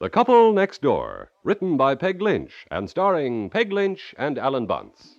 The Couple Next Door, written by Peg Lynch and starring Peg Lynch and Alan Bunce.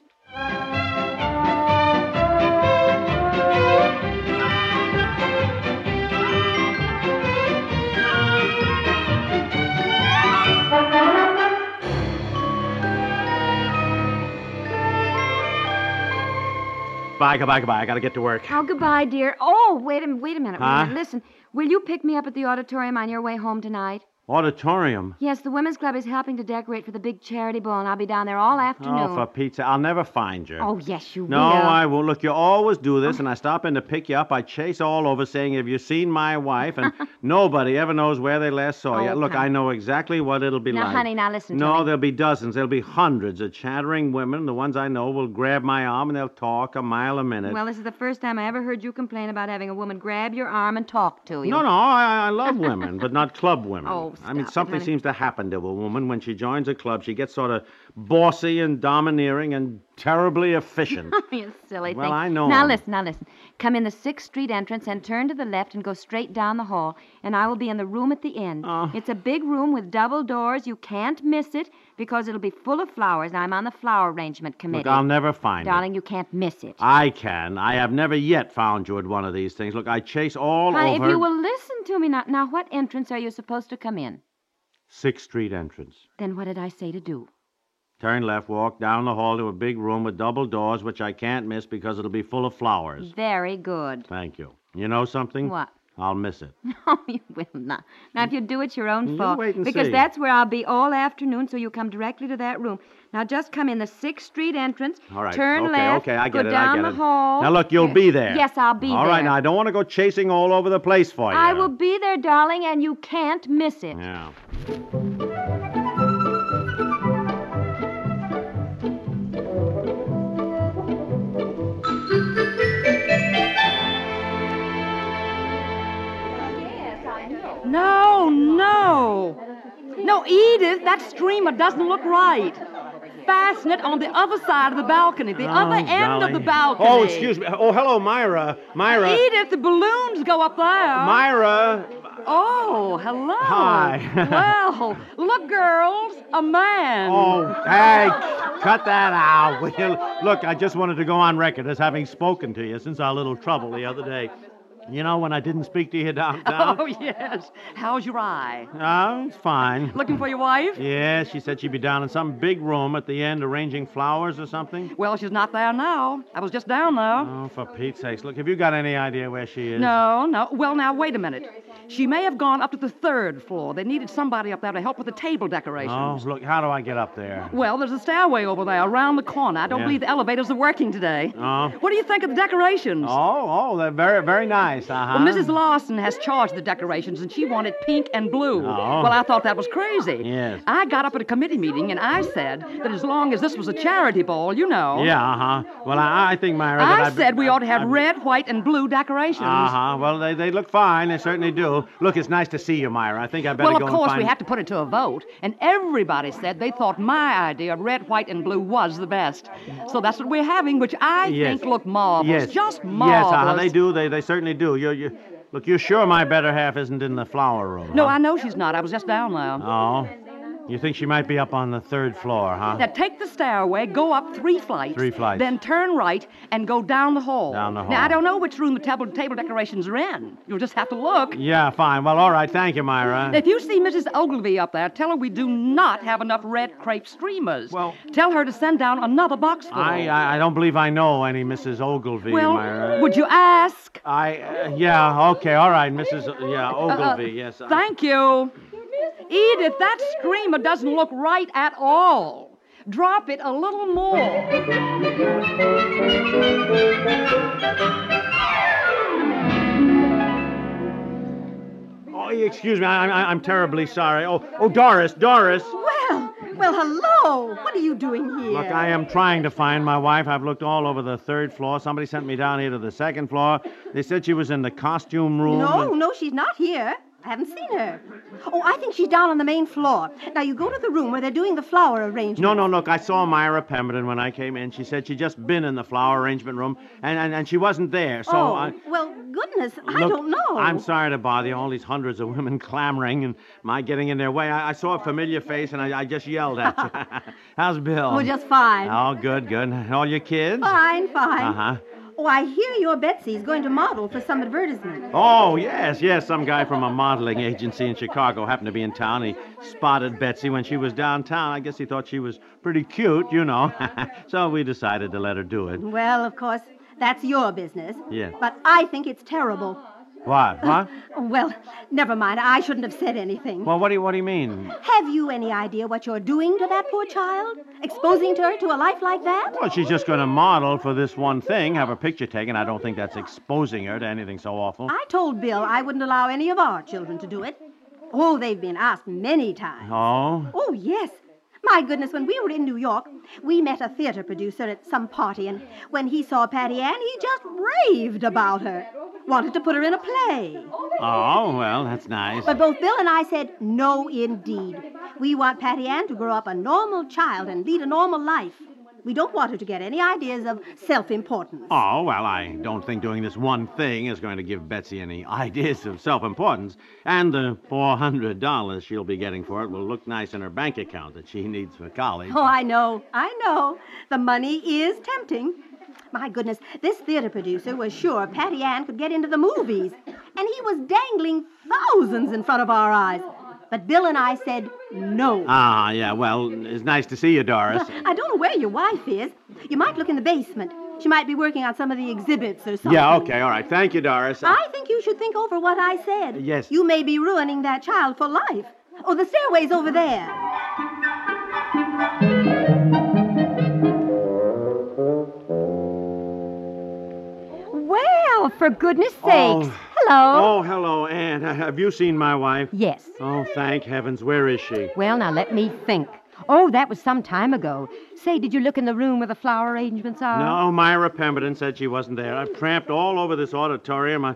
Bye, goodbye, goodbye. I gotta get to work. Oh, goodbye, dear. Oh, wait a wait a minute. Wait Huh? a minute. Listen, will you pick me up at the auditorium on your way home tonight? Auditorium. Yes, the women's club is helping to decorate for the big charity ball, and I'll be down there all afternoon. Oh, for pizza. I'll never find you. Oh, yes, you No, will. I won't. Look, you always do this, and I stop in to pick you up. I chase all over saying, Have you seen my wife? And nobody ever knows where they last saw you. Oh, Look, honey. I know exactly what it'll be Now, like. honey, now listen to No, me. there'll be dozens. There'll be hundreds of chattering women. The ones I know will grab my arm and they'll talk a mile a minute. Well, this is the first time I ever heard you complain about having a woman grab your arm and talk to you. No, no, I, I love women, but not club women. Oh, I mean, stop it, something honey. seems to happen to a woman when she joins a club. She gets sort of bossy and domineering and terribly efficient. You silly Well, thing. I know Now I'm- listen, now listen. Come in the Sixth Street entrance and turn to the left and go straight down the hall, and I will be in the room at the end. Oh. It's a big room with double doors. You can't miss it because it'll be full of flowers, and I'm on the flower arrangement committee. Look, I'll never find it. Darling, you can't miss it. I can. I have never yet found you at one of these things. Look, I chase all Honey, over if you will listen to me now, now what entrance are you supposed to come in? Sixth Street entrance. Then what did I say to do? Turn left, walk down the hall to a big room with double doors, which I can't miss because it'll be full of flowers. Very good. Thank you. You know something? What? Mm-hmm. I'll miss it. No, you will not. Now, if you do, it's your own You fault. wait and because see. that's where I'll be all afternoon, so you come directly to that room. Now, just come in the 6th Street entrance. All right. Turn okay, left. Okay, I get go it. down I get the it. hall. Now look, you'll be there. Yes, I'll be All right, there. now I don't want to go chasing all over the place for you. I will be there, darling, and you can't miss it. Yeah. No, no. No, Edith, that streamer doesn't look right. Fasten it on the other side of the balcony, the other Oh, end golly. of the balcony. Oh, excuse me. Oh, hello, Myra. Myra. Edith, the balloons go up there. Myra. Oh, hello. Hi. well, look, girls, a man. Oh, hey, cut that out, will you? Look, I just wanted to go on record as having spoken to you since our little trouble the other day. You know, when I didn't speak to you downtown? Oh, yes. How's your eye? Oh, it's fine. Looking for your wife? Yeah, she said she'd be down in some big room at the end arranging flowers or something. Well, she's not there now. I was just down there. Oh, for Pete's sakes. Look, have you got any idea where she is? No, no. Well, now, wait a minute. She may have gone up to the third floor. They needed somebody up there to help with the table decorations. Oh, look, how do I get up there? Well, there's a stairway over there around the corner. I don't Yeah. believe the elevators are working today. Oh. What do you think of the decorations? Oh, oh, they're very, very nice, uh-huh. Well, Mrs. Lawson has charge of the decorations, and she wanted pink and blue. Oh. Well, I thought that was crazy. Yes. I got up at a committee meeting, and I said that as long as this was a charity ball, you know. Yeah, uh-huh. Well, I, I think Myra... that I I've- said we ought to have I've- red, white, and blue decorations. Uh-huh. Well, they, they look fine. They certainly do. Look, it's nice to see you, Myra. I think I better Well, go of and course, find... we had to put it to a vote, and everybody said they thought my idea of red, white, and blue was the best. So that's what we're having, which I Yes. think look marvelous. Yes. Just Yes, marvelous. uh-huh. They do. They, they certainly do. You, you... Look, you're sure my better half isn't in the flower room, No, huh? I know she's not. I was just down there. Oh? You think she might be up on the third floor, huh? Now take the stairway, go up three flights. Three flights. Then turn right and go down the hall. Down the hall. Now I don't know which room the table, table decorations are in. You'll just have to look. Yeah, fine. Well, all right. Thank you, Myra. If you see Mrs. Ogilvy up there, tell her we do not have enough red crepe streamers. Well- tell her to send down another box full. I, I, I don't believe I know any Mrs. Ogilvy, well, Myra. would you ask? I, uh, yeah, okay, all right, Mrs. O- yeah, Uh, Ogilvy, yes. I- Thank you. Edith, that streamer doesn't look right at all. Drop it a little more. Oh, excuse me, I, I, I'm terribly sorry. Oh, oh, Doris, Doris. Well, well, hello. What are you doing here? Look, I am trying to find my wife. I've looked all over the third floor. Somebody sent me down here to the second floor. They said she was in the costume room. Oh, No, and- no, she's not here. I haven't seen her. Oh, I think she's down on the main floor. Now, you go to the room where they're doing the flower arrangement. No, no, look, I saw Myra Pemberton when I came in. She said she'd just been in the flower arrangement room, and, and, and she wasn't there, so oh, I. well, goodness, I Look, don't know. I'm sorry to bother you. All these hundreds of women clamoring and my getting in their way. I, I saw a familiar face and I, I just yelled at you. How's Bill? Oh, just fine. Oh, good, good. And all your kids? Fine, fine. Uh huh. Oh, I hear your Betsy's going to model for some advertisement. Oh, yes, yes. Some guy from a modeling agency in Chicago happened to be in town. He spotted Betsy when she was downtown. I guess he thought she was pretty cute, you know. so we decided to let her do it. Well, of course, that's your business. Yes. But I think it's terrible. What? What? Oh, well, never mind. I shouldn't have said anything. Well, what do you, what do you mean? Have you any idea what you're doing to that poor child? Exposing her to a life like that? Well, she's just going to model for this one thing, have her picture taken. I don't think that's exposing her to anything so awful. I told Bill I wouldn't allow any of our children to do it. Oh, they've been asked many times. Oh? Oh, yes. My goodness, when we were in New York, we met a theater producer at some party, and when he saw Patty Ann, he just raved about her. Wanted to put her in a play. Oh, well, that's nice. But both Bill and I said, no, indeed. We want Patty Ann to grow up a normal child and lead a normal life. We don't want her to get any ideas of self importance. Oh, well, I don't think doing this one thing is going to give Betsy any ideas of self importance. And the $400 she'll be getting for it will look nice in her bank account that she needs for college. Oh, I know, I know. The money is tempting. My goodness, this theater producer was sure Patty Ann could get into the movies, and he was dangling thousands in front of our eyes. But Bill and I said no. Ah, yeah, well, it's nice to see you, Doris. I don't know where your wife is. You might look in the basement. She might be working on some of the exhibits or something. yeah, okay, all right. Thank you, Doris. I think you should think over what I said. Yes. You may be ruining that child for life. Oh, the stairway's over there. Well, for goodness sakes. Oh. Hello. Oh, hello, Anne. Have you seen my wife? Yes. Oh, thank heavens. Where is she? Well, now let me think. Oh, that was some time ago. Say, did you look in the room where the flower arrangements are? No, Myra Pemberton said she wasn't there. I've tramped all over this auditorium. I...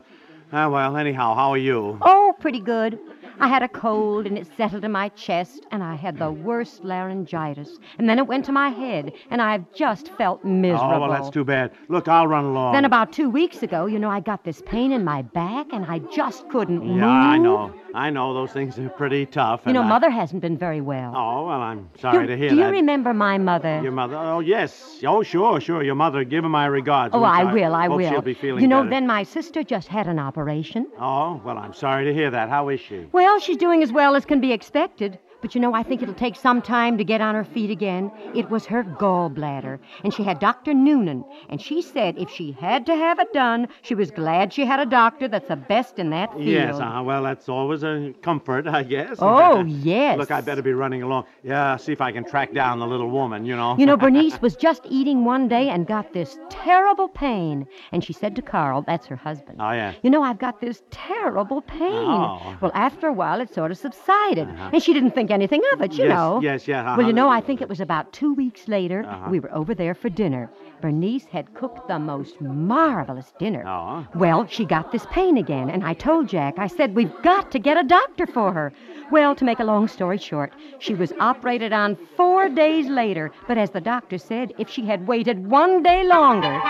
Ah, well, anyhow, how are you? Oh, pretty good. I had a cold and it settled in my chest, and I had the worst laryngitis. And then it went to my head, and I've just felt miserable. Oh, well, that's too bad. Look, I'll run along. Then about two weeks ago, you know, I got this pain in my back, and I just couldn't move. Yeah, I know. I know those things are pretty tough. Hmm? and You know, I- Mother hasn't been very well. Oh well, uh, I'm sorry You- to hear do that. you remember my mother? Your mother? Oh yes. Oh sure, sure. Your mother. Give her my regards. oh, which I will, I hope will. She'll be feeling you know, better. then my sister just had an operation. Oh well, I'm sorry to hear that. How is she? Well, she's doing as well as can be expected. But you know, I think it'll take some time to get on her feet again. It was her gallbladder, and she had Dr. Noonan, and she said if she had to have it done, she was glad she had a doctor that's the best in that field. Yes. Uh, well, that's always a comfort, I guess. Oh, yes. Look, I better be running along. Yeah, see if I can track down the little woman. You know. You know, Bernice was just eating one day and got this terrible pain. And she said to Carl, that's her husband. Oh, yeah. You know, I've got this terrible pain. Oh. Uh-huh. Well, after a while, it sort of subsided. And she didn't think anything of it, you Yes, know. yes, yeah, uh-huh. Well, you know, I think it was about two weeks later, we were over there for dinner. Bernice had cooked the most marvelous dinner. Oh. Well, she got this pain again, and I told Jack, I said, we've got to get a doctor for her. Well, to make a long story short, she was operated on four days later, but as the doctor said, if she had waited one day longer.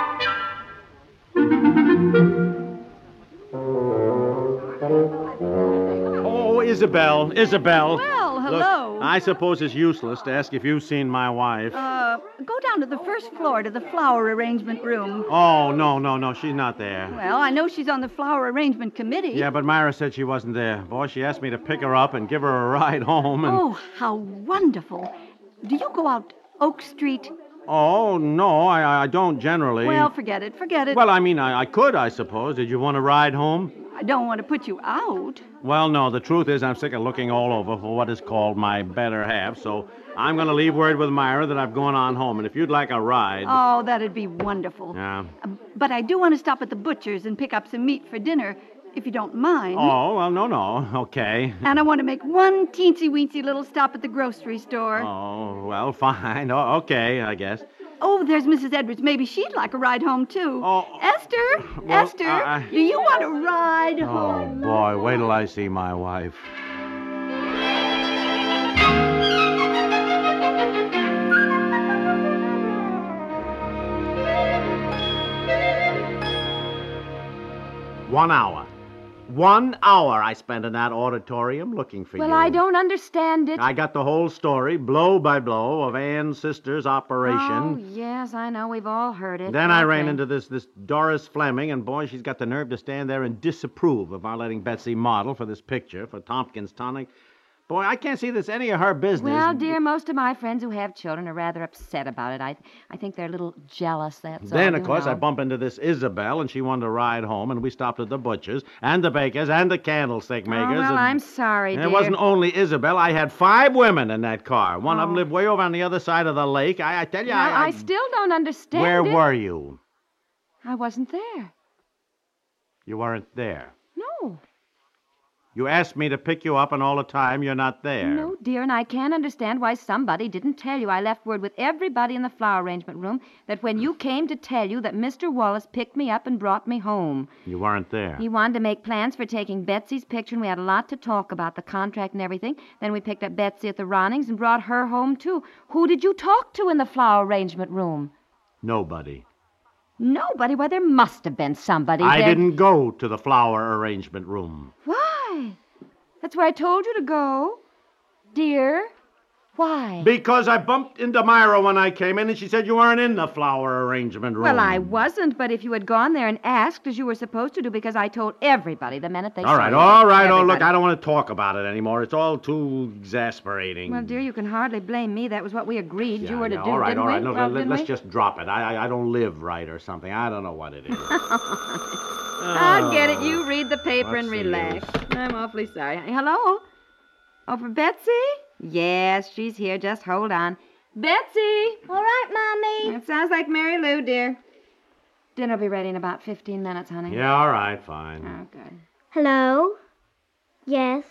Oh, Isabel, Isabel. Well, hello. Look, I suppose it's useless to ask if you've seen my wife. Uh, go down to the first floor to the flower arrangement room. oh no, no, no, she's not there. Well, I know she's on the flower arrangement committee. Yeah, but Myra said she wasn't there. Boy, she asked me to pick her up and give her a ride home. And Oh, how wonderful. Do you go out Oak Street? oh, no, I, I don't generally. Well, forget it, forget it. Well, I mean, I, I could, I suppose. Did you want to ride home? I don't want to put you out. Well, no. The truth is, I'm sick of looking all over for what is called my better half. So I'm going to leave word with Myra that I've gone on home. And if you'd like a ride, Oh, that'd be wonderful. Um, yeah. But I do want to stop at the butcher's and pick up some meat for dinner, if you don't mind. Oh, well, no, no. Okay. And I want to make one teensy weensy little stop at the grocery store. Oh, well, fine. Oh, okay, I guess. Oh, there's Mrs. Edwards. Maybe she'd like a ride home, too. Oh, Esther, well, Esther, I- I- do you want a ride Oh, home? boy, wait till I see my wife. One hour. One hour I spent in that auditorium looking for you. Well, I don't understand it. I got the whole story, blow by blow, of Ann's sister's Oh, operation. yes, I know. We've all heard it. Then I ran Okay. into this this Doris Fleming, and boy, she's got the nerve to stand there and disapprove of our letting Betsy model for this picture for Tompkins Tonic. Boy, I can't see this any of her business. Well, dear, most of my friends who have children are rather upset about it. I, I think they're a little jealous. That's all. Then, of you course, I know. bump into this Isabel, and she wanted a ride home, and we stopped at the butcher's and the baker's and the candlestick Oh, maker's. well, and- I'm sorry, and dear. It wasn't only Isabel. I had five women in that car. One of them Oh. lived way over on the other side of the lake. I, I tell you, Well, I, I, still don't understand. Where it. were you? I wasn't there. You weren't there. No. You asked me to pick you up, and all the time you're not there. No, dear, and I can't understand why somebody didn't tell you. I left word with everybody in the flower arrangement room that when you came to tell you that Mr. Wallace picked me up and brought me home. You weren't there. He wanted to make plans for taking Betsy's picture, and we had a lot to talk about the contract and everything. Then we picked up Betsy at the Ronnings and brought her home, too. Who did you talk to in the flower arrangement room? Nobody. Nobody. Why, there must have been somebody. I there. didn't go to the flower arrangement room. Why? That's where I told you to go. Dear, why? Because I bumped into Myra when I came in, and she said you weren't in the flower arrangement room. Well, I wasn't, but if you had gone there and asked as you were supposed to do, because I told everybody the minute they All saw right, you. all right. Oh, look, Everybody. I don't want to talk about it anymore. It's all too exasperating. Well, dear, you can hardly blame me. That was what we agreed yeah, you were yeah, to do. All right, didn't all we? right. No, Well, let, didn't us we? just drop it. I, I, I don't live right or something. I don't know what it is. I'll get it. You read the paper what's and the relax. I'm awfully sorry. Hello? Oh, for Betsy? Yes, she's here. Just hold on. Betsy! All right, Mommy. It sounds like Mary Lou, dear. Dinner'll be ready in about 15 minutes, honey. yeah, all right, fine. Oh, good. Hello? Yes.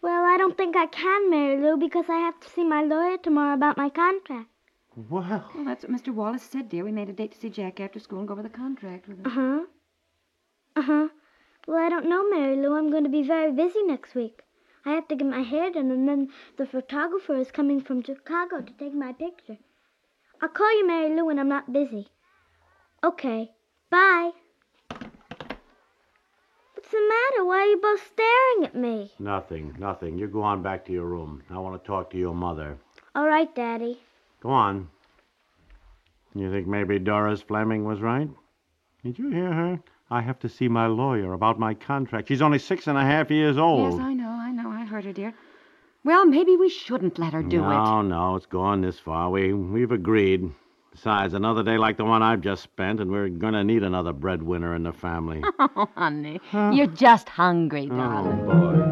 Well, I don't think I can, Mary Lou, because I have to see my lawyer tomorrow about my contract. Well, Well, that's what Mr. Wallace said, dear. We made a date to see Jack after school and go over the contract with him. Uh huh. Uh huh. Well, I don't know, Mary Lou. I'm going to be very busy next week. I have to get my hair done, and then the photographer is coming from Chicago to take my picture. I'll call you, Mary Lou, when I'm not busy. Okay. Bye. What's the matter? Why are you both staring at me? nothing, nothing. You go on back to your room. I want to talk to your mother. All right, Daddy. Go on. You think maybe Doris Fleming was right? Did you hear her? I have to see my lawyer about my contract. She's only six and a half years old. Yes, I know, I know. I heard her, dear. Well, maybe we shouldn't let her do no, no, it's gone this far. We we've agreed. Besides, another day like the one I've just spent, and we're gonna need another breadwinner in the family. it. Oh, honey. You're just hungry, oh darling. boy.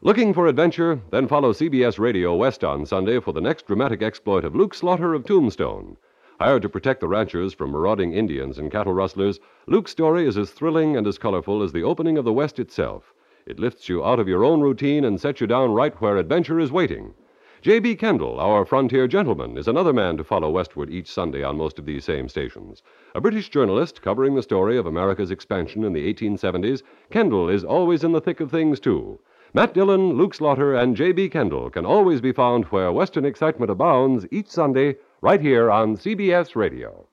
Looking for adventure? Then follow CBS Radio West on Sunday for the next dramatic exploit of Luke Slaughter of Tombstone. Hired to protect the ranchers from marauding Indians and cattle rustlers, Luke's story is as thrilling and as colorful as the opening of the West itself. It lifts you out of your own routine and sets you down right where adventure is waiting. J.B. Kendall, our frontier gentleman, is another man to follow westward each Sunday on most of these same stations. A British journalist covering the story of America's expansion in the 1870s, Kendall is always in the thick of things, too. Matt Dillon, Luke Slaughter, and J.B. Kendall can always be found where Western excitement abounds each Sunday, right here on CBS Radio.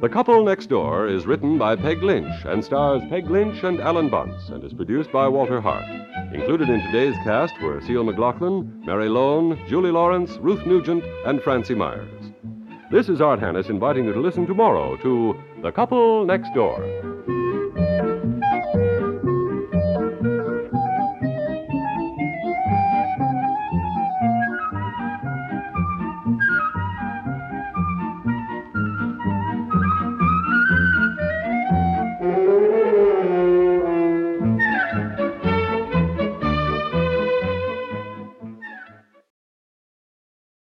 The Couple Next Door is written by Peg Lynch and stars Peg Lynch and Alan Bunce and is produced by Walter Hart. Included in today's cast were Seal McLaughlin, Mary Lone, Julie Lawrence, Ruth Nugent, and Francie Myers. This is Art Hannis inviting you to listen tomorrow to The Couple Next Door.